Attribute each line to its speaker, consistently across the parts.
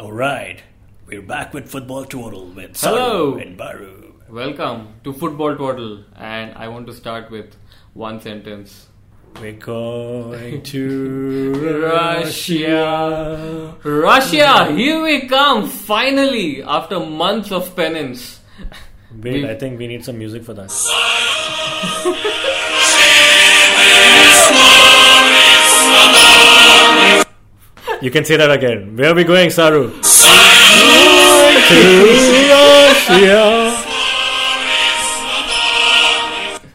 Speaker 1: All right, we're back with football total with Saru
Speaker 2: Hello.
Speaker 1: and Baru.
Speaker 2: Welcome to Football Total, and I want to start with one sentence.
Speaker 1: We're going to
Speaker 2: Russia. Russia, here we come, finally, after months of penance.
Speaker 1: Wait, I think we need some music for that. You can say that again. Where are we going, Saru? to Russia.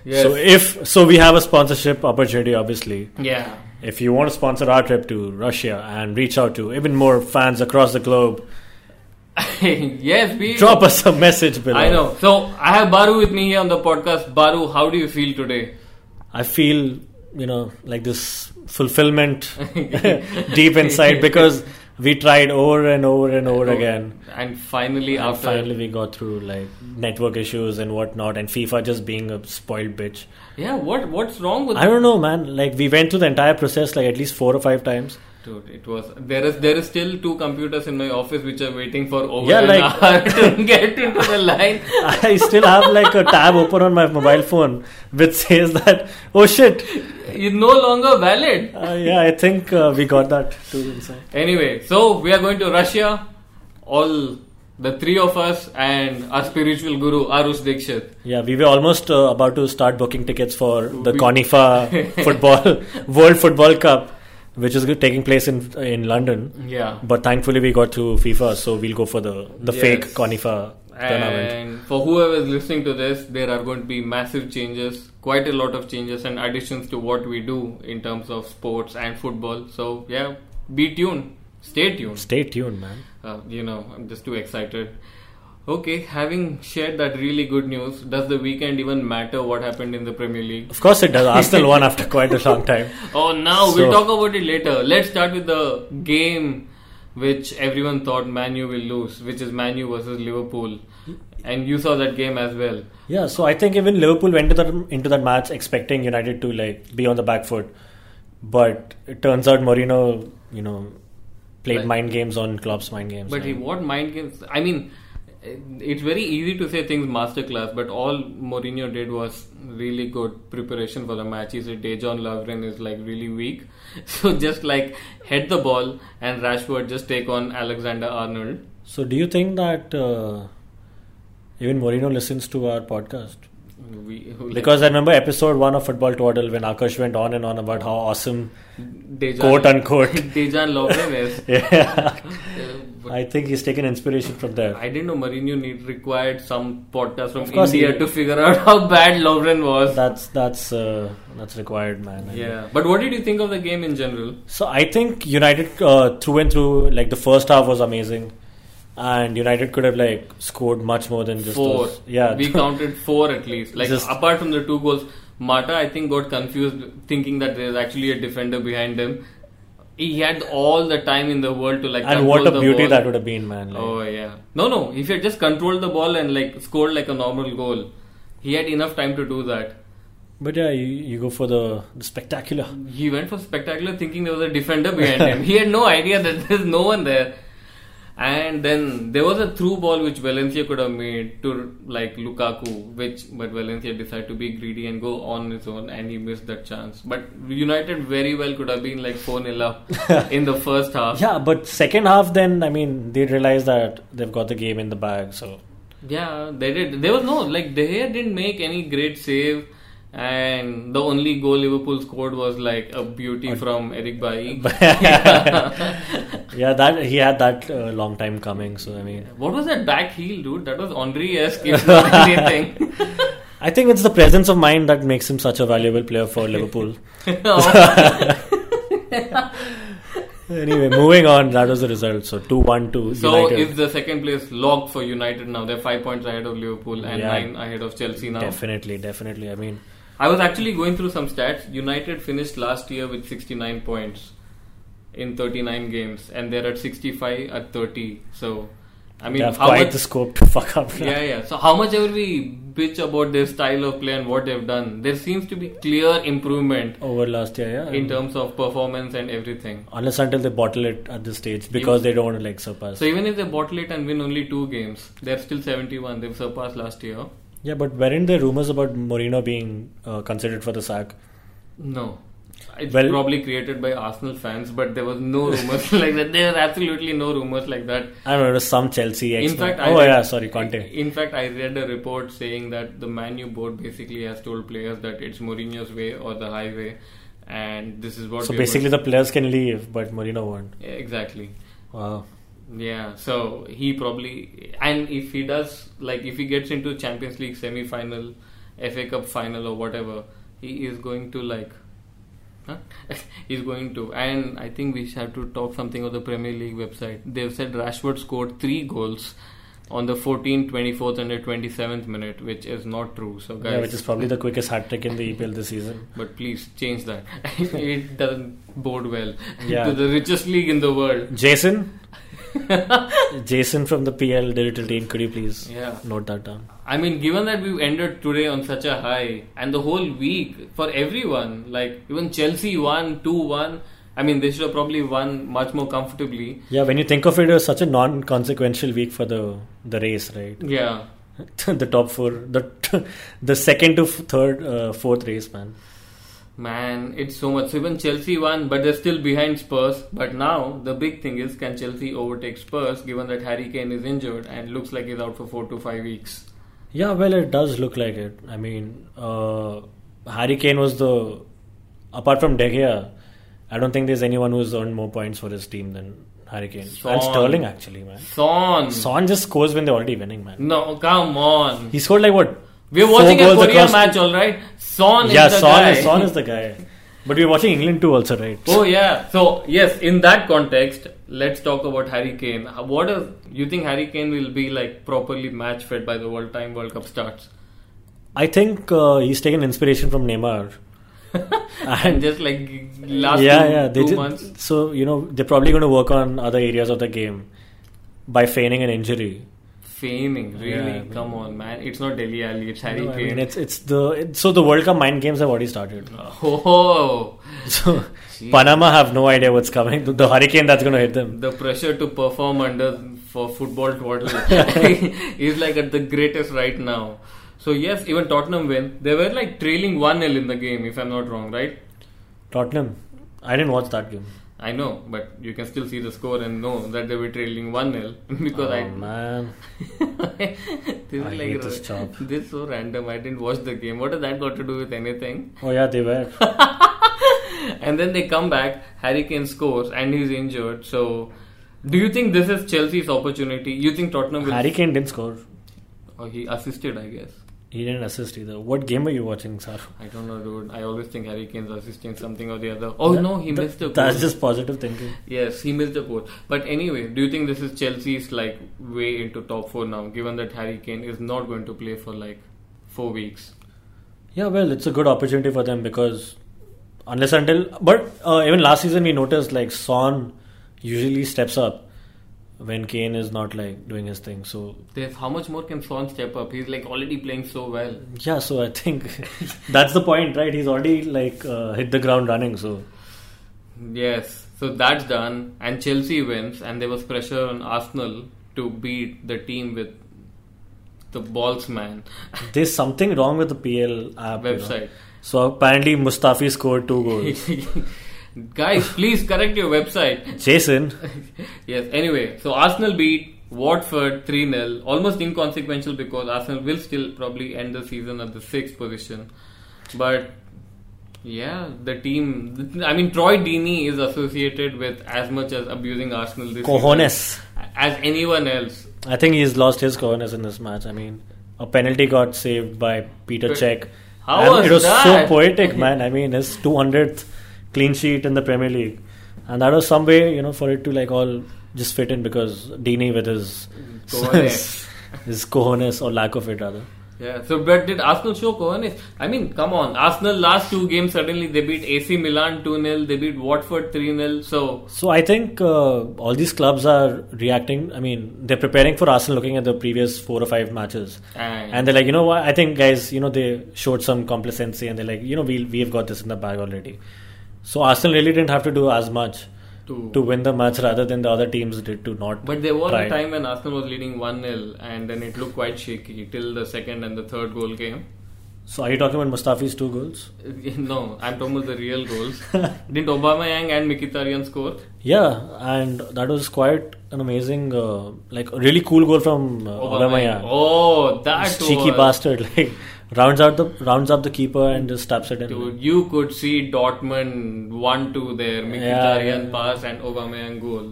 Speaker 2: Yes.
Speaker 1: So if so, we have a sponsorship opportunity. Obviously,
Speaker 2: yeah.
Speaker 1: if you want to sponsor our trip to Russia and reach out to even more fans across the globe,
Speaker 2: yes, we.
Speaker 1: drop us a message below.
Speaker 2: I know. So I have Baru with me here on the podcast. Baru, how do you feel today?
Speaker 1: I feel you know like this fulfillment deep inside because we tried over and over and over again.
Speaker 2: And finally,
Speaker 1: And
Speaker 2: after
Speaker 1: finally, we got through like network issues and whatnot, and FIFA just being a spoiled bitch.
Speaker 2: yeah, what what's wrong with
Speaker 1: I don't know, man. Like we went through the entire process like at least four or five times.
Speaker 2: Dude, it was there is there is still two computers in my office which are waiting for over
Speaker 1: Yeah,
Speaker 2: an
Speaker 1: like-
Speaker 2: hour to get into the line.
Speaker 1: I still have like a tab open on my mobile phone which says that oh shit.
Speaker 2: It's no longer valid.
Speaker 1: Uh, yeah, I think uh, we got that too inside.
Speaker 2: Anyway, so we are going to Russia, all the three of us and our spiritual guru Arush Dikshit.
Speaker 1: Yeah, we were almost uh, about to start booking tickets for the
Speaker 2: We-
Speaker 1: Conifa Football World Football Cup, which is go- taking place in in London.
Speaker 2: Yeah.
Speaker 1: But thankfully, we got to FIFA, so we'll go for the the
Speaker 2: Yes.
Speaker 1: fake Conifa tournament.
Speaker 2: And for whoever is listening to this, there are going to be massive changes, quite a lot of changes and additions to what we do in terms of sports and football. So yeah, be tuned. Stay tuned.
Speaker 1: Stay tuned, man.
Speaker 2: Uh, you know, I'm just too excited. Okay, having shared that really good news, does the weekend even matter what happened in the Premier League?
Speaker 1: Of course, it does. Arsenal won after quite a long time.
Speaker 2: Oh, now
Speaker 1: So-
Speaker 2: we'll talk about it later. Let's start with the game which everyone thought Manu will lose, which is Manu versus Liverpool. And you saw that game as well.
Speaker 1: Yeah, so I think even Liverpool went to that, into that match expecting United to like be on the back foot, but it turns out Mourinho, you know, played
Speaker 2: Right.
Speaker 1: mind games on Klopp's mind games.
Speaker 2: But he,
Speaker 1: and-
Speaker 2: what mind games? I mean, it- it's very easy to say things masterclass, but all Mourinho did was really good preparation for the match. He said Dejan Lovren is like really weak, so just like head the ball and Rashford just take on Alexander Arnold.
Speaker 1: So, do you think that uh, even Moreno listens to our podcast?
Speaker 2: We,
Speaker 1: Because I remember episode one of Football Twaddle when Akash went on and on about how awesome.
Speaker 2: Dejan,
Speaker 1: quote unquote.
Speaker 2: Dejan Lovren is.
Speaker 1: Yeah,
Speaker 2: Uh, but
Speaker 1: I think he's taken inspiration from there.
Speaker 2: I didn't know Mourinho need required some podcast from
Speaker 1: Of course he
Speaker 2: India
Speaker 1: did.
Speaker 2: to figure out how bad Lovren was.
Speaker 1: That's that's uh, that's required, man. I mean.
Speaker 2: yeah, but what did you think of the game in general?
Speaker 1: So I think United uh, through and through, like the first half was amazing, and United could have like scored much more than just
Speaker 2: four.
Speaker 1: Those. Yeah,
Speaker 2: we counted four at least. Like
Speaker 1: Just-
Speaker 2: apart from the two goals, Mata I think got confused thinking that there's actually a defender behind him. He had all the time in the world to like.
Speaker 1: and what
Speaker 2: control
Speaker 1: a
Speaker 2: the
Speaker 1: beauty
Speaker 2: ball.
Speaker 1: that would have been, man. Like,
Speaker 2: Oh yeah. No, no. If he had just controlled the ball and like scored like a normal goal, he had enough time to do that.
Speaker 1: But yeah, you, you go for the, the spectacular.
Speaker 2: He went for spectacular thinking there was a defender behind him. He had no idea that there's no one there. And then there was a through ball which Valencia could have made to like Lukaku, which but Valencia decided to be greedy and go on his own and he missed that chance. But United very well could have been like 4 0 up in the first half.
Speaker 1: Yeah, but second half, then I mean, they realize that they've got the game in the bag. So
Speaker 2: Yeah, they did. There was no like De Gea didn't make any great save, and the only goal Liverpool scored was like a beauty from Eric Bailly.
Speaker 1: yeah, that he had that uh, long time coming. So I mean,
Speaker 2: what was that back heel, dude? That was Henri esque, if not anything.
Speaker 1: I think it's the presence of mind that makes him such a valuable player for Liverpool. anyway, moving on. That was the result. So two one two.
Speaker 2: so
Speaker 1: United.
Speaker 2: is the second place locked for United now? They're five points ahead of Liverpool and
Speaker 1: Yeah.
Speaker 2: nine ahead of Chelsea now.
Speaker 1: Definitely, definitely. I mean,
Speaker 2: I was actually going through some stats. United finished last year with 69 points in 39 games, and they're at 65 at 30. So I mean,
Speaker 1: they have
Speaker 2: how
Speaker 1: quite
Speaker 2: much?
Speaker 1: the scope to fuck up.
Speaker 2: yeah, yeah. So how much ever we bitch about their style of play and what they've done, there seems to be clear improvement
Speaker 1: Over last year, yeah.
Speaker 2: in terms of performance and everything.
Speaker 1: Unless until they bottle it at this stage because they don't want to like surpass.
Speaker 2: So even if they bottle it and win only two games, they're still 71. They've surpassed last year.
Speaker 1: yeah, but weren't there rumors about Mourinho being uh, considered for the sack?
Speaker 2: No. It's
Speaker 1: Well-
Speaker 2: probably created by Arsenal fans, but there was no rumors like that. There were absolutely no rumors like that.
Speaker 1: I don't know. It was some Chelsea.
Speaker 2: In
Speaker 1: Ex-
Speaker 2: fact, I
Speaker 1: oh
Speaker 2: read-
Speaker 1: yeah, sorry, Conte.
Speaker 2: In fact, I read a report saying that the Manu board basically has told players that it's Mourinho's way or the highway, and this is what.
Speaker 1: So
Speaker 2: we
Speaker 1: basically,
Speaker 2: would-
Speaker 1: the players can leave, but Mourinho won't.
Speaker 2: Yeah, exactly.
Speaker 1: Wow.
Speaker 2: Yeah, so he probably and if he does like if he gets into Champions League semi final, FA Cup final or whatever, he is going to like huh? he's going to and I think we should have to talk something of the Premier League website. They've said Rashford scored three goals on the 14th, 24th and the 27th minute, which is not true. So Oh, guys,
Speaker 1: Yeah, which is probably the quickest hat trick in the EPL this season.
Speaker 2: but please change that. it doesn't bode well
Speaker 1: Yeah.
Speaker 2: to the richest league in the world.
Speaker 1: Jason, Jason from the PL Digital team, could you please
Speaker 2: Yeah.
Speaker 1: note that down?
Speaker 2: I mean, given that we've ended today on such a high, and the whole week for everyone, like even Chelsea won 2 1. I mean, they should have probably won much more comfortably.
Speaker 1: Yeah, when you think of it, it was such a non-consequential week for the the race, right?
Speaker 2: Yeah.
Speaker 1: the top four, the the second to f- third, uh, fourth race, man.
Speaker 2: Man, it's so much. So even Chelsea won, but they're still behind Spurs. But now, the big thing is can Chelsea overtake Spurs given that Harry Kane is injured and looks like he's out for 4 to 5 weeks?
Speaker 1: Yeah, well, it does look like it. I mean, uh, Harry Kane was the apart from De Gea, I don't think there's anyone who's earned more points for his team than Harry Kane
Speaker 2: Son.
Speaker 1: and Sterling actually, man.
Speaker 2: Son!
Speaker 1: Son just scores when they're already winning, man.
Speaker 2: No, come on.
Speaker 1: He scored like what?
Speaker 2: We're
Speaker 1: four
Speaker 2: watching a
Speaker 1: goals
Speaker 2: Korea
Speaker 1: across-
Speaker 2: match, alright? Son
Speaker 1: yeah,
Speaker 2: is the
Speaker 1: Son
Speaker 2: guy.
Speaker 1: is Son is the guy. But we're watching England too, also, right?
Speaker 2: Oh yeah. So yes, in that context, let's talk about Harry Kane. How- What is you think Harry Kane will be like properly match fit by the World Time World Cup starts?
Speaker 1: I think uh, he's taken inspiration from Neymar.
Speaker 2: And just like last
Speaker 1: yeah,
Speaker 2: two,
Speaker 1: yeah, they
Speaker 2: two
Speaker 1: did-
Speaker 2: months.
Speaker 1: So you know they're probably going to work on other areas of the game by feigning an injury.
Speaker 2: Feigning, really?
Speaker 1: Yeah, I mean-
Speaker 2: Come on, man. It's not Delhi Ali, it's Harry
Speaker 1: No, I
Speaker 2: Kane.
Speaker 1: mean, it's it's the it, so the World Cup mind games have already started.
Speaker 2: oh,
Speaker 1: So
Speaker 2: Jeez.
Speaker 1: Panama have no idea what's coming. The, the hurricane that's going to hit them.
Speaker 2: the pressure to perform under for football twaddle is like at the greatest right now. So yes, even Tottenham win. They were like trailing 1-0 in the game if I'm not wrong, right?
Speaker 1: Tottenham. I didn't watch that game.
Speaker 2: I know, but you can still see the score and know that they were trailing 1 0 because
Speaker 1: oh,
Speaker 2: I.
Speaker 1: man.
Speaker 2: this
Speaker 1: I
Speaker 2: is
Speaker 1: hate
Speaker 2: like
Speaker 1: this job.
Speaker 2: this is so random. I didn't watch the game. What has that got to do with anything?
Speaker 1: Oh yeah, they were.
Speaker 2: And then they come back. Harry Kane scores and he's injured. So, do you think this is Chelsea's opportunity? You think Tottenham will?
Speaker 1: Harry Kane didn't score.
Speaker 2: Oh, he assisted, I guess.
Speaker 1: He didn't assist either. What game were you watching, sir?
Speaker 2: I don't know, dude. I always think Harry Kane's assisting something or the other. Oh no, he
Speaker 1: That-
Speaker 2: missed the.
Speaker 1: That's
Speaker 2: goal.
Speaker 1: just positive thinking.
Speaker 2: Yes, he missed the goal. But anyway, do you think this is Chelsea's like way into top four now, given that Harry Kane is not going to play for like four weeks?
Speaker 1: Yeah, well, it's a good opportunity for them because unless until but uh, even last season we noticed like Son usually steps up when Kane is not like doing his thing. So
Speaker 2: There's how much more can Son step up? He's like already playing so well.
Speaker 1: yeah, so I think that's the point, right? He's already like uh, hit the ground running. So
Speaker 2: Yes, so that's done, and Chelsea wins, and there was pressure on Arsenal to beat the team with the balls man
Speaker 1: there's something wrong with the PL app you know.
Speaker 2: website.
Speaker 1: So apparently Mustafi scored two goals.
Speaker 2: Guys, please correct your website.
Speaker 1: Jason,
Speaker 2: yes, anyway, so Arsenal beat Watford 3 0, almost inconsequential because Arsenal will still probably end the season at the sixth position. But yeah, the team. I mean, Troy Deeney is associated with as much as abusing Arsenal this season
Speaker 1: cojones.
Speaker 2: as anyone else.
Speaker 1: I think he's lost his cojones in this match. I mean, a penalty got saved by Peter
Speaker 2: But-
Speaker 1: Cech.
Speaker 2: How
Speaker 1: And
Speaker 2: was
Speaker 1: it was
Speaker 2: that?
Speaker 1: so poetic, man. I mean, his 200th clean sheet in the Premier League. And that was some way, you know, for it to like all just fit in because Dini with his
Speaker 2: Mm, Cojones.
Speaker 1: his cojones or lack of it rather.
Speaker 2: Yeah, so but did Arsenal show cojones? I mean, come on. Arsenal last two games suddenly they beat AC Milan 2 0, they beat Watford 3 0. So,
Speaker 1: So I think uh, all these clubs are reacting. I mean, they're preparing for Arsenal, looking at the previous four or five matches,
Speaker 2: and,
Speaker 1: and they're like, you know what? I think guys, you know, they showed some complacency, and they're like, you know, we we've got this in the bag already. So Arsenal really didn't have to do as much
Speaker 2: two.
Speaker 1: to win the match, rather than the other teams did to not.
Speaker 2: But there was
Speaker 1: try.
Speaker 2: a time when Arsenal was leading 1 0, and then it looked quite shaky till the second and the third goal came.
Speaker 1: So are you talking about Mustafi's two goals?
Speaker 2: No, I'm talking about the real goals. Didn't Aubameyang and Mkhitaryan score?
Speaker 1: Uh, Yeah, and that was quite an amazing, uh, like a really cool goal from uh, Aubameyang.
Speaker 2: Oh, that
Speaker 1: This cheeky
Speaker 2: was-
Speaker 1: bastard like rounds out the rounds up the keeper and just taps it in.
Speaker 2: Dude, you could see Dortmund 1 2 there, Mkhitaryan pass and Aubameyang goal.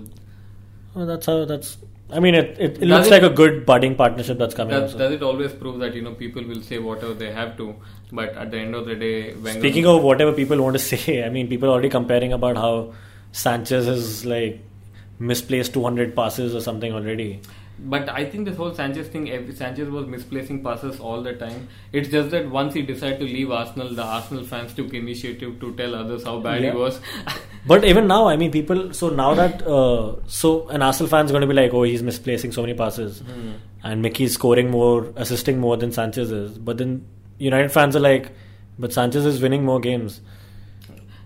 Speaker 1: Well, Oh, that's how that's. I mean, it it, it
Speaker 2: Does
Speaker 1: looks
Speaker 2: it-
Speaker 1: like a good budding partnership that's coming. up.
Speaker 2: Does, does it always prove that you know people will say whatever they have to, but at the end of the day, Wenger
Speaker 1: Speaking of whatever people want to say, I mean, people are already comparing about how Sanchez is like misplaced 200 passes or something already.
Speaker 2: But I think this whole Sanchez thing, every, Sanchez was misplacing passes all the time. It's just that once he decided to leave Arsenal, the Arsenal fans took initiative to tell others how bad
Speaker 1: Yeah.
Speaker 2: he was.
Speaker 1: But even now, I mean, people. So now that uh, so an Arsenal fan's going to be like, oh, he's misplacing so many passes, and Mickey is scoring more, assisting more than Sanchez is. But then United fans are like, but Sanchez is winning more games,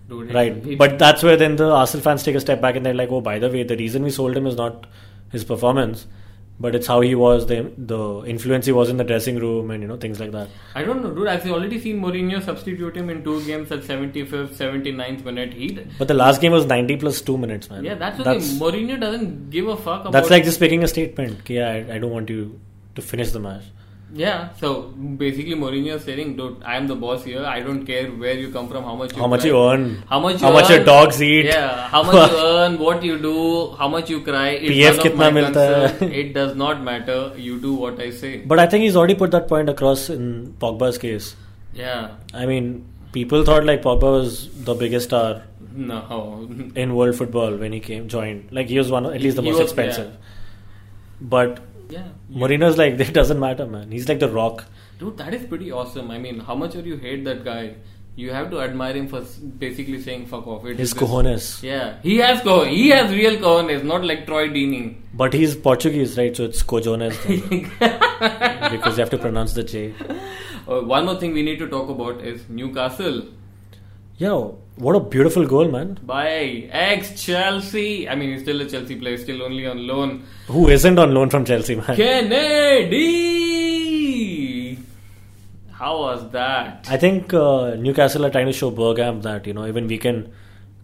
Speaker 2: Dude, it-
Speaker 1: right?
Speaker 2: it-
Speaker 1: But that's where then the Arsenal fans take a step back and they're like, oh, by the way, the reason we sold him is not his performance, but it's how he was, the the influence he was in the dressing room, and you know things like that.
Speaker 2: I don't know, dude. I've already seen Mourinho substitute him in two games at 75th, 79th minute. He, d-
Speaker 1: But the last game was 90 plus two minutes, man.
Speaker 2: yeah, that's okay. Mourinho doesn't give a fuck about.
Speaker 1: That's like just making a statement. कि, Yeah, I, I don't want you to finish the match.
Speaker 2: Yeah, so basically Mourinho is saying, dude, I am the boss here. I don't care where you come from, how much you
Speaker 1: How much
Speaker 2: cry,
Speaker 1: you earn,
Speaker 2: how much,
Speaker 1: how
Speaker 2: you
Speaker 1: much
Speaker 2: earn,
Speaker 1: your dogs eat.
Speaker 2: yeah, how much you earn, what you do, how much you cry. It's
Speaker 1: PF
Speaker 2: none of
Speaker 1: कितना
Speaker 2: my
Speaker 1: मिलता है?
Speaker 2: concern. It does not matter. You do what I say.
Speaker 1: But I think he's already put that point across in Pogba's case.
Speaker 2: yeah,
Speaker 1: I mean, people thought like Pogba was the biggest star
Speaker 2: no,
Speaker 1: in world football when he came joined. Like he was one, of- at least the
Speaker 2: He
Speaker 1: most
Speaker 2: was-
Speaker 1: expensive. But
Speaker 2: yeah,
Speaker 1: Mourinho's like it doesn't matter, man. He's like the rock.
Speaker 2: dude, that is pretty awesome. I mean, how much are you hate that guy? You have to admire him for s- basically saying fuck off. It
Speaker 1: His
Speaker 2: is just-
Speaker 1: cojones.
Speaker 2: Yeah, he has cojones. He has real cojones, not like Troy Deeney.
Speaker 1: But he's Portuguese, right? So it's cojones then. because you have to pronounce the J.
Speaker 2: Uh, one more thing we need to talk about is Newcastle
Speaker 1: Yo, what a beautiful goal, man.
Speaker 2: by ex Chelsea. I mean, he's still a Chelsea player, still only on loan.
Speaker 1: Who isn't on loan from Chelsea, man?
Speaker 2: Kennedy! How was that?
Speaker 1: I think uh, Newcastle are trying to show Bergam that you know even we can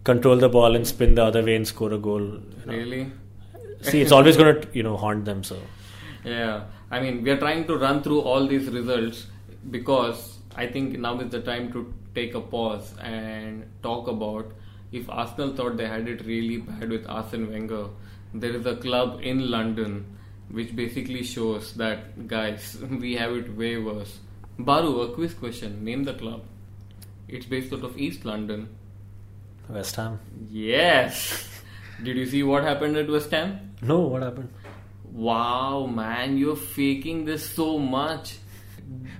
Speaker 1: control the ball and spin the other way and score a goal. you know.
Speaker 2: Really?
Speaker 1: See, it's always going to you know haunt them. So
Speaker 2: Yeah. I mean, we are trying to run through all these results because I think now is the time to take a pause and talk about if Arsenal thought they had it really bad with Arsene Wenger. There is a club in London which basically shows that guys, we have it way worse. Baru, a quiz question. Name the club. It's based out of East London.
Speaker 1: West Ham.
Speaker 2: Yes. Did you see what happened at West Ham?
Speaker 1: No, what happened?
Speaker 2: Wow, man, you're faking this so much.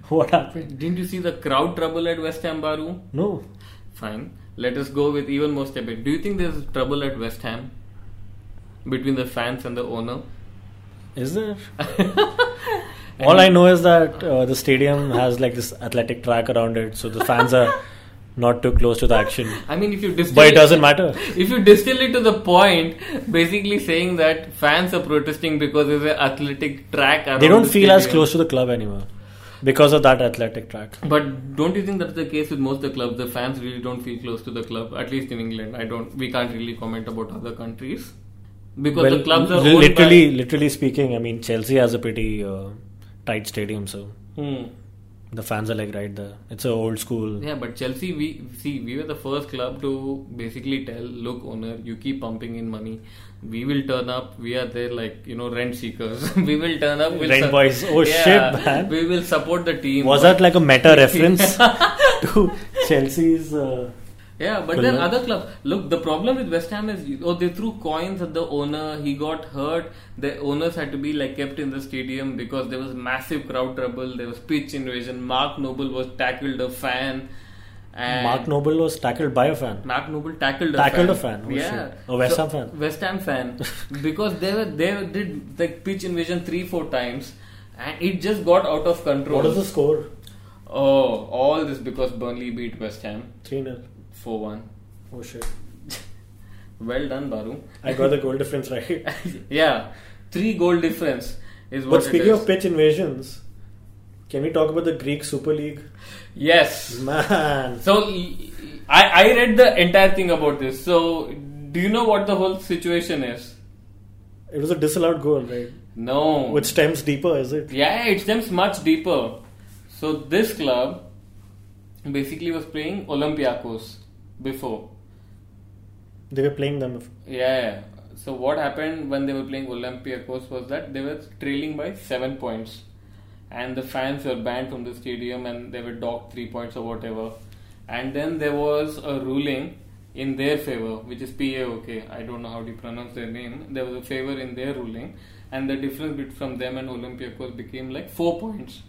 Speaker 1: What happened?
Speaker 2: Didn't you see the crowd trouble at West Ham, Baru?
Speaker 1: No,
Speaker 2: Fine. Let us go with even more stupid. Do you think there's trouble at West Ham between the fans and the owner?
Speaker 1: is there? All I know is that uh, the stadium has like this athletic track around it, so the fans are not too close to the action.
Speaker 2: I mean, if you distill
Speaker 1: But it doesn't matter.
Speaker 2: If you distill it to the point, basically saying that fans are protesting because there's an athletic track. Around
Speaker 1: They don't
Speaker 2: the
Speaker 1: feel as
Speaker 2: stadium.
Speaker 1: close to the club anymore because of that athletic track.
Speaker 2: But don't you think that's the case with most of the clubs? The fans really don't feel close to the club, at least in England. I don't. We can't really comment about other countries because
Speaker 1: Well,
Speaker 2: the clubs are
Speaker 1: li-
Speaker 2: owned
Speaker 1: literally, literally speaking. I mean, Chelsea has a pretty uh, tight stadium, so
Speaker 2: By, hmm.
Speaker 1: the fans are like right there. It's a old school.
Speaker 2: Yeah, but Chelsea, we see, we were the first club to basically tell, look, owner, you keep pumping in money. We will turn up. We are there, like you know, rent seekers. we will turn up. We'll
Speaker 1: Rent boys. Oh,
Speaker 2: yeah,
Speaker 1: shit, man.
Speaker 2: We will support the team.
Speaker 1: Was that like a meta reference to Chelsea's? Uh,
Speaker 2: Yeah, but
Speaker 1: Couldn't
Speaker 2: then
Speaker 1: it?
Speaker 2: other clubs. Look, the problem with West Ham is oh they threw coins at the owner. He got hurt. The owners had to be like kept in the stadium because there was massive crowd trouble. There was pitch invasion. Mark Noble was tackled a fan. And
Speaker 1: Mark Noble was tackled by a fan.
Speaker 2: Mark Noble tackled a
Speaker 1: Tackled a
Speaker 2: fan.
Speaker 1: fan, oh
Speaker 2: yeah,
Speaker 1: shit. A West Ham fan.
Speaker 2: West Ham fan, because they were they did like pitch invasion three four times, and it just got out of control.
Speaker 1: What is the score?
Speaker 2: Oh, all this because Burnley beat West Ham
Speaker 1: 3 0.
Speaker 2: four one.
Speaker 1: Oh shit.
Speaker 2: Well done, Baru.
Speaker 1: I got the goal difference right.
Speaker 2: yeah, three goal difference is what
Speaker 1: but speaking
Speaker 2: it is.
Speaker 1: of pitch invasions, can we talk about the Greek Super League?
Speaker 2: yes.
Speaker 1: Man.
Speaker 2: So I I read the entire thing about this. So do you know what the whole situation is?
Speaker 1: It was a disallowed goal, right?
Speaker 2: No.
Speaker 1: Which stems deeper, is it?
Speaker 2: Yeah, it stems much deeper. So this club basically was playing Olympiacos before.
Speaker 1: They were playing them.
Speaker 2: Yeah. So what happened when they were playing Olympiacos was that they were trailing by seven points, and the fans were banned from the stadium and they were docked three points or whatever. And then there was a ruling in their favor, which is PAOK. I don't know how to pronounce their name. There was a favor in their ruling, and the difference between from them and Olympiacos became like four points.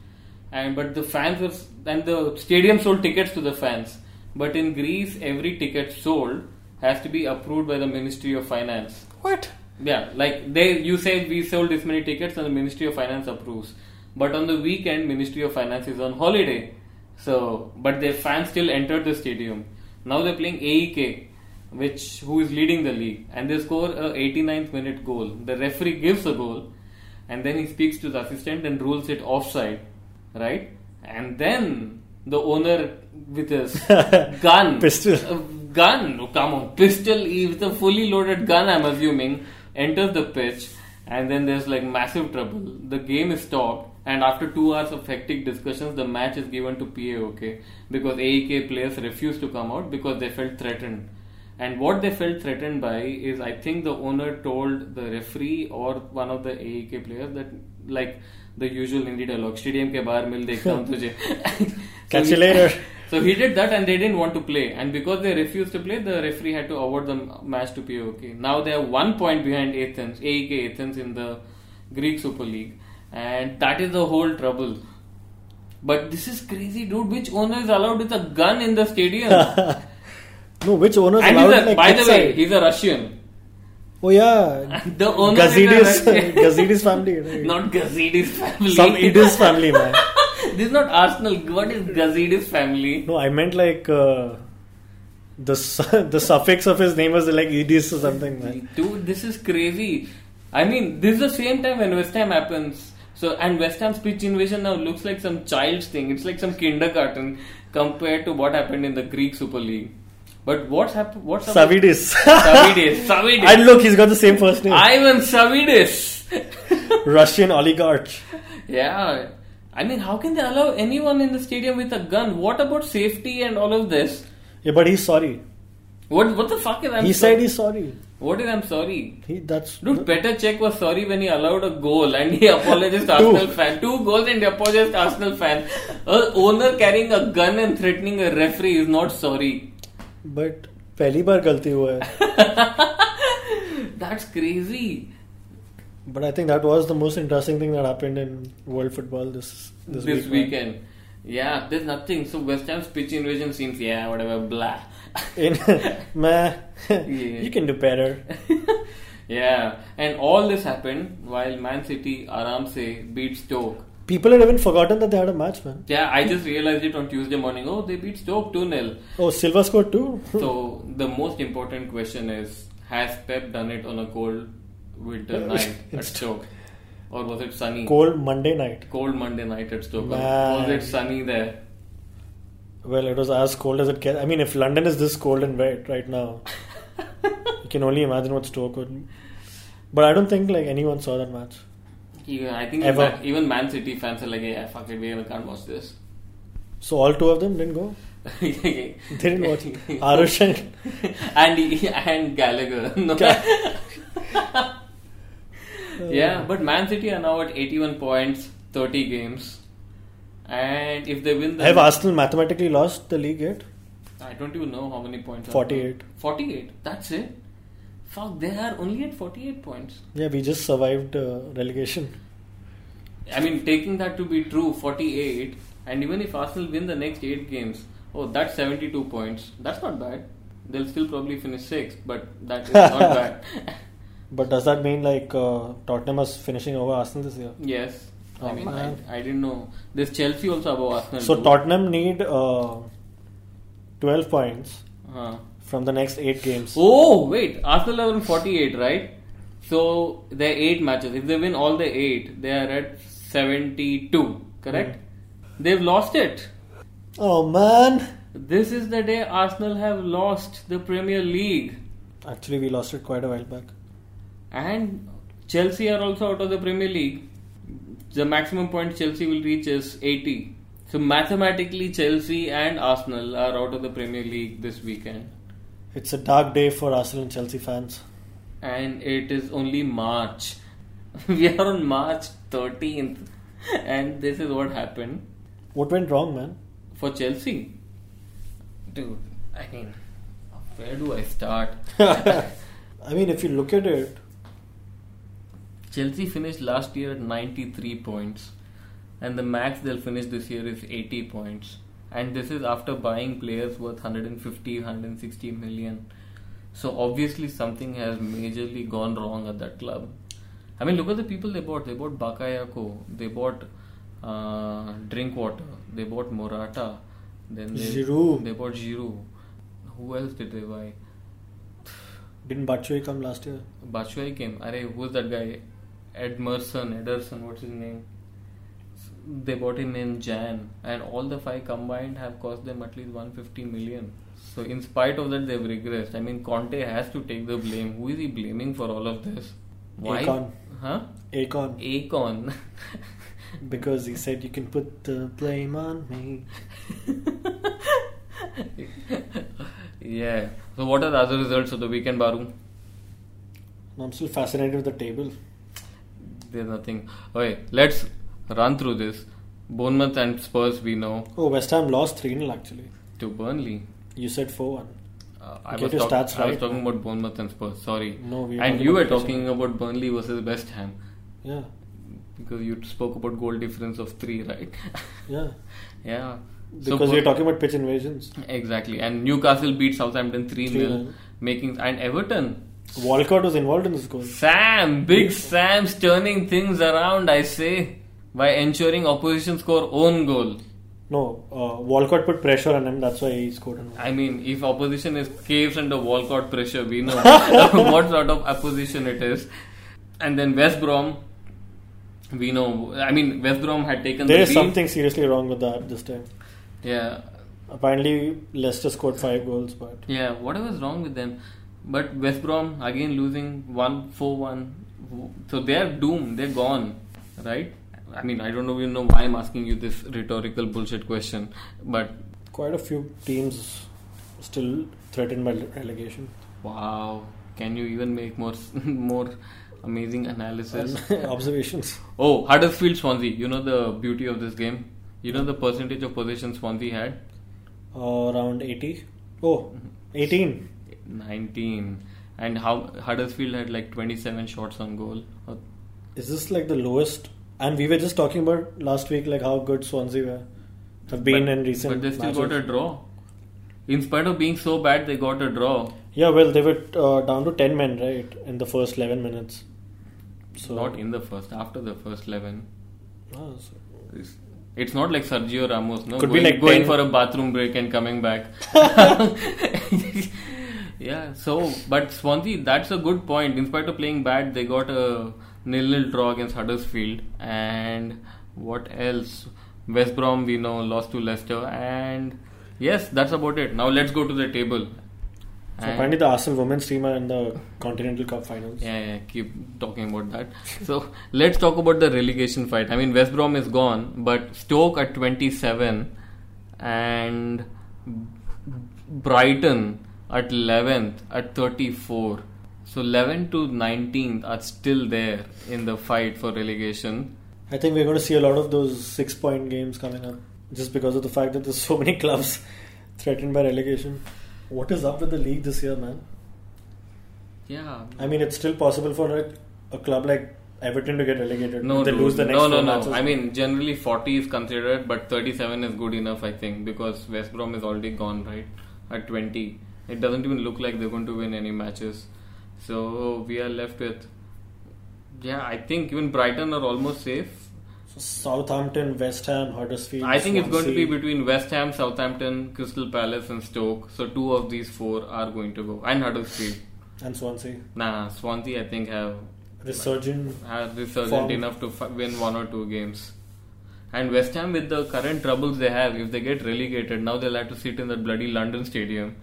Speaker 2: And but the fans were and the stadium sold tickets to the fans. But in Greece, every ticket sold has to be approved by the Ministry of Finance.
Speaker 1: What?
Speaker 2: Yeah, like they you say we sold this many tickets and the Ministry of Finance approves. But on the weekend, Ministry of Finance is on holiday. So, but their fans still entered the stadium. Now they're playing AEK, which who is leading the league, and they score a 89th minute goal. The referee gives a goal, and then he speaks to the assistant and rules it offside, right? And then the owner with his gun,
Speaker 1: Pistol.
Speaker 2: a gun, oh, come on, pistol with a fully loaded gun, I'm assuming, enters the pitch, and then there's like massive trouble. The game is stopped, and after two hours of hectic discussions, the match is given to PAOK because AEK players refused to come out because they felt threatened. And what they felt threatened by is, I think the owner told the referee or one of the AEK players that, like, the usual Hindi dialogue, stadium ke bahar mil dekhta hun tujhe.
Speaker 1: Catch
Speaker 2: So
Speaker 1: you later.
Speaker 2: so he did that and they didn't want to play. And because they refused to play, the referee had to award the m- match to POK. Now they are one point behind Athens, AEK Athens in the Greek Super League. And that is the whole trouble. But this is crazy, dude. Which owner is allowed with a gun in the stadium?
Speaker 1: No, which owners
Speaker 2: and
Speaker 1: allowed
Speaker 2: he's a,
Speaker 1: like
Speaker 2: by the way,
Speaker 1: outside?
Speaker 2: he's a Russian.
Speaker 1: Oh yeah.
Speaker 2: The owner
Speaker 1: Gazidis,
Speaker 2: is a Russian.
Speaker 1: Gazidis family. Right?
Speaker 2: Not Gazidis family.
Speaker 1: Some Idis family, man.
Speaker 2: this is not Arsenal. What is Gazidis family?
Speaker 1: No, I meant like uh, the su- the suffix of his name was like Idis or something, man.
Speaker 2: Dude, this is crazy. I mean, this is the same time when West Ham happens. So, and West Ham's pitch invasion now looks like some child's thing. It's like some kindergarten compared to what happened in the Greek Super League. But what's happened? What's happened?
Speaker 1: Savidis.
Speaker 2: Savidis. Savidis.
Speaker 1: and look, he's got the same first name.
Speaker 2: Ivan Savidis.
Speaker 1: Russian oligarch.
Speaker 2: yeah. I mean, how can they allow anyone in the stadium with a gun? What about safety and all of this?
Speaker 1: Yeah, but he's sorry.
Speaker 2: What what the fuck is I'm
Speaker 1: he
Speaker 2: sorry?
Speaker 1: said he's sorry.
Speaker 2: What is I'm sorry?
Speaker 1: He that's
Speaker 2: Dude, Petr Cech was sorry when he allowed a goal and he apologized to Arsenal fan. Two goals and he apologized to Arsenal fan. A owner carrying a gun and threatening a referee is not sorry.
Speaker 1: but पहली बार गलती हुआ है
Speaker 2: That's crazy.
Speaker 1: but I think that was the most interesting thing that happened in world football this this,
Speaker 2: This,
Speaker 1: week, man.
Speaker 2: weekend. Yeah, there's nothing. So West Ham's pitch invasion seems, yeah, whatever, blah.
Speaker 1: In man,
Speaker 2: Yeah.
Speaker 1: you can do better.
Speaker 2: yeah, and all this happened while Man City Aram se beat Stoke.
Speaker 1: People had even forgotten that they had a match, man.
Speaker 2: Yeah, I just realized it on Tuesday morning. Oh, they beat Stoke 2 0.
Speaker 1: Oh, Silva scored two.
Speaker 2: So the most important question is: Has Pep done it on a cold winter night at Stoke, or was it sunny?
Speaker 1: Cold Monday night.
Speaker 2: Cold Monday night at Stoke. or
Speaker 1: Man.
Speaker 2: Was it sunny there?
Speaker 1: Well, it was as cold as it gets. I mean, if London is this cold and wet right now, you can only imagine what Stoke would. But I don't think like anyone saw that match.
Speaker 2: Even, I think
Speaker 1: Ever.
Speaker 2: even- even Man City fans are like, "Yeah, fuck it, we can't watch this."
Speaker 1: So all two of them didn't go.
Speaker 2: they
Speaker 1: They didn't watch. Arush and
Speaker 2: and he- and Gallagher. No. yeah,
Speaker 1: Uh,
Speaker 2: but Man City are now at 81 points, 30 games, and if they win, the
Speaker 1: have Arsenal mathematically lost the league yet?
Speaker 2: I don't even know how many points. are-
Speaker 1: 48.
Speaker 2: 48. That's it. Fuck, they are only at 48 points.
Speaker 1: Yeah, we just survived uh, relegation.
Speaker 2: I mean, taking that to be true, 48, and even if Arsenal win the next 8 games, oh, that's 72 points. That's not bad. They'll still probably finish 6th, but that is not bad.
Speaker 1: But does that mean like uh, Tottenham is finishing over Arsenal this year?
Speaker 2: Yes. I
Speaker 1: Oh,
Speaker 2: mean,
Speaker 1: man.
Speaker 2: I, I didn't know. There's Chelsea also above Arsenal.
Speaker 1: So
Speaker 2: too.
Speaker 1: Tottenham need uh, 12 points
Speaker 2: Uh-huh.
Speaker 1: from the next 8 games.
Speaker 2: Oh, wait. Arsenal are in 48, right? So, they're 8 matches. If they win all the 8, they are at 72, correct? They've lost it.
Speaker 1: Oh man!
Speaker 2: This is the day Arsenal have lost the Premier League.
Speaker 1: Actually, we lost it quite a while back.
Speaker 2: And Chelsea are also out of the Premier League. The maximum points Chelsea will reach is 80. So mathematically, Chelsea and Arsenal are out of the Premier League this weekend.
Speaker 1: It's a dark day for Arsenal and Chelsea fans.
Speaker 2: And it is only March. we are on March 13th. And this is what happened
Speaker 1: What went wrong, man?
Speaker 2: for Chelsea. Dude, I mean, where do I start?
Speaker 1: I mean, if you look at it,
Speaker 2: Chelsea finished last year at 93 points, and the max they'll finish this year is 80 points. And this is after buying players worth 150, 160 million. So obviously something has majorly gone wrong at that club. I mean, look at the people they bought. They bought Bakayako. They bought uh, Drinkwater. They bought Morata. Then they,
Speaker 1: Giroud.
Speaker 2: They bought Giroud. Who else did they buy?
Speaker 1: didn't Batshuayi come last year?
Speaker 2: Batshuayi came. Are who's that guy? Ed Merson, Ederson, what's his name? They bought him in Jan, and all the five combined have cost them at least 150 million. So, in spite of that, they've regressed. I mean, Conte has to take the blame. Who is he blaming for all of this?
Speaker 1: Akon.
Speaker 2: Huh?
Speaker 1: Akon,
Speaker 2: Akon.
Speaker 1: because he said you can put the blame on me.
Speaker 2: yeah. So, what are the other results of the weekend, Baru?
Speaker 1: I'm still fascinated with the table.
Speaker 2: There's nothing. Okay, let's run through this. Bournemouth and Spurs, we know,
Speaker 1: Oh, West Ham lost 3 0 actually.
Speaker 2: to Burnley.
Speaker 1: You said 4 1.
Speaker 2: Uh, I,
Speaker 1: Get
Speaker 2: was
Speaker 1: your
Speaker 2: talk-
Speaker 1: stats
Speaker 2: I was
Speaker 1: right.
Speaker 2: talking about Bournemouth and Spurs, sorry.
Speaker 1: No, we
Speaker 2: and
Speaker 1: talked
Speaker 2: you
Speaker 1: about
Speaker 2: were
Speaker 1: West Ham.
Speaker 2: talking about Burnley versus West Ham
Speaker 1: Yeah,
Speaker 2: because you spoke about goal difference of three, right?
Speaker 1: yeah.
Speaker 2: yeah. So
Speaker 1: Because we we're
Speaker 2: Bur-
Speaker 1: talking about pitch invasions.
Speaker 2: Exactly. And Newcastle beat Southampton 3 0,
Speaker 1: 3-0.
Speaker 2: making. And Everton.
Speaker 1: Walcott was involved in this goal.
Speaker 2: Sam, big Sam's turning things around, I say, by ensuring opposition score own goal.
Speaker 1: No, uh, Walcott put pressure on him. That's why he scored. And
Speaker 2: I mean, if opposition is caves under Walcott pressure, we know what sort of opposition it is. And then West Brom, we know. I mean, West Brom had taken
Speaker 1: there
Speaker 2: the
Speaker 1: is
Speaker 2: lead.
Speaker 1: something seriously wrong with that this time.
Speaker 2: Yeah,
Speaker 1: Apparently, Leicester scored five goals, but
Speaker 2: yeah. Whatever is wrong with them, but West Brom again losing one four one. So they are doomed. They're gone, right? I mean, I don't know even know why I'm asking you this rhetorical bullshit question, but
Speaker 1: quite a few teams still threatened by relegation.
Speaker 2: wow, can you even make more more amazing analysis?
Speaker 1: Observations.
Speaker 2: Oh, Huddersfield Swansea. You know the beauty of this game? You know the percentage of possession Swansea had?
Speaker 1: Uh, around 80. Oh, 18.
Speaker 2: 19. And how Huddersfield had like 27 shots on goal. Or-
Speaker 1: Is this like the lowest? And we were just talking about last week, like how good Swansea were. Have been
Speaker 2: but-
Speaker 1: in recent
Speaker 2: But they still
Speaker 1: matches.
Speaker 2: got a draw. In spite of being so bad, they got a draw.
Speaker 1: Yeah, well, they were uh, down to 10 men, right, in the first 11 minutes. So,
Speaker 2: Not in the first, after the first 11.
Speaker 1: Ah, so-
Speaker 2: It's, it's not like Sergio Ramos, no?
Speaker 1: Could be
Speaker 2: going,
Speaker 1: like
Speaker 2: going
Speaker 1: 10.
Speaker 2: for a bathroom break and coming back. yeah, so but Swansea, that's a good point. In spite of playing bad, they got a nil-nil draw against Huddersfield, and what else? West Brom, we know, lost to Leicester, and yes, that's about it. Now let's go to the table.
Speaker 1: so
Speaker 2: And-
Speaker 1: apparently the Arsenal women's team are in the Continental Cup finals.
Speaker 2: yeah, yeah, keep talking about that. So let's talk about the relegation fight. I mean, West Brom is gone, but Stoke at 27 and Brighton at 11th at 34. So 11 to 19th are still there in the fight for relegation.
Speaker 1: I think we're going to see a lot of those six-point games coming up, just because of the fact that there's so many clubs threatened by relegation. What is up with the league this year, man?
Speaker 2: Yeah.
Speaker 1: I mean, it's still possible for a, a club like Everton to get relegated.
Speaker 2: No,
Speaker 1: they
Speaker 2: dude.
Speaker 1: lose the next four
Speaker 2: no, no, no.
Speaker 1: matches.
Speaker 2: I mean, generally 40 is considered, but 37 is good enough, I think, because West Brom is already gone, right? At 20, it doesn't even look like they're going to win any matches. So we are left with, yeah, I think even Brighton are almost safe.
Speaker 1: So Southampton, West Ham, Huddersfield.
Speaker 2: I think it's going to be
Speaker 1: Swansea.
Speaker 2: between West Ham, Southampton, Crystal Palace, and Stoke. So two of these four are going to go, and Huddersfield.
Speaker 1: and Swansea.
Speaker 2: Nah, Swansea, I think have
Speaker 1: Resurgent.
Speaker 2: are resurgent
Speaker 1: Form.
Speaker 2: enough to f- win one or two games. And West Ham, with the current troubles they have, if they get relegated, now they'll have to sit in that bloody London stadium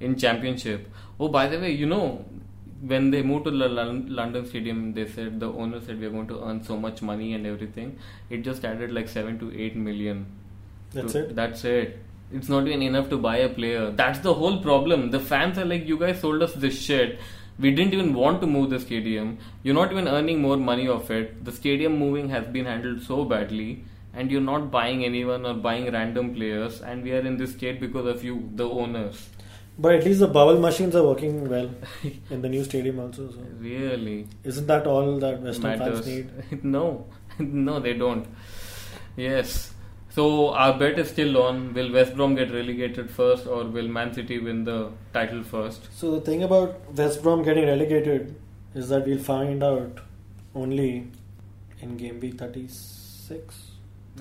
Speaker 2: in Championship. Oh, by the way, you know, when they moved to the Lon- London stadium, they said the owner said we're going to earn so much money and everything. It just added like seven to eight million.
Speaker 1: That's
Speaker 2: to-
Speaker 1: it?
Speaker 2: That's it. It's not even enough to buy a player. That's the whole problem. The fans are like, you guys sold us this shit. We didn't even want to move the stadium. You're not even earning more money off it. The stadium moving has been handled so badly, and you're not buying anyone or buying random players. And we are in this state because of you, the owners.
Speaker 1: But at least the bubble machines are working well in the new stadium also. So.
Speaker 2: Really.
Speaker 1: Isn't that all that West Ham fans
Speaker 2: matters.
Speaker 1: need?
Speaker 2: no, no, they don't. Yes. So our bet is still on. Will West Brom get relegated first, or will Man City win the title first?
Speaker 1: So the thing about West Brom getting relegated is that we'll find out only in game week 36.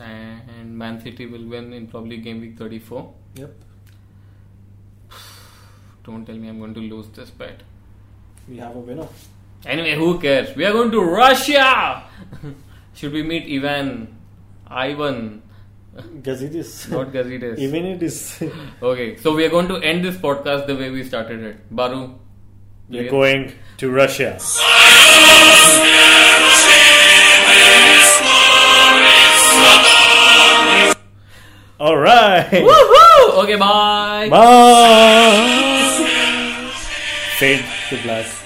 Speaker 2: And Man City will win in probably game week 34.
Speaker 1: Yep,
Speaker 2: Don't tell me I'm going to lose this bet.
Speaker 1: we have a winner.
Speaker 2: Anyway, who cares? We are going to Russia. Should we meet Ivan, Ivan,
Speaker 1: Gazidis.
Speaker 2: not Gazidis?
Speaker 1: Even it is.
Speaker 2: Okay, so we are going to end this podcast the way we started it. Baru,
Speaker 1: We're
Speaker 2: Yes.
Speaker 1: going to Russia. All right.
Speaker 2: Woohoo! Okay, bye.
Speaker 1: Bye. Fade to black.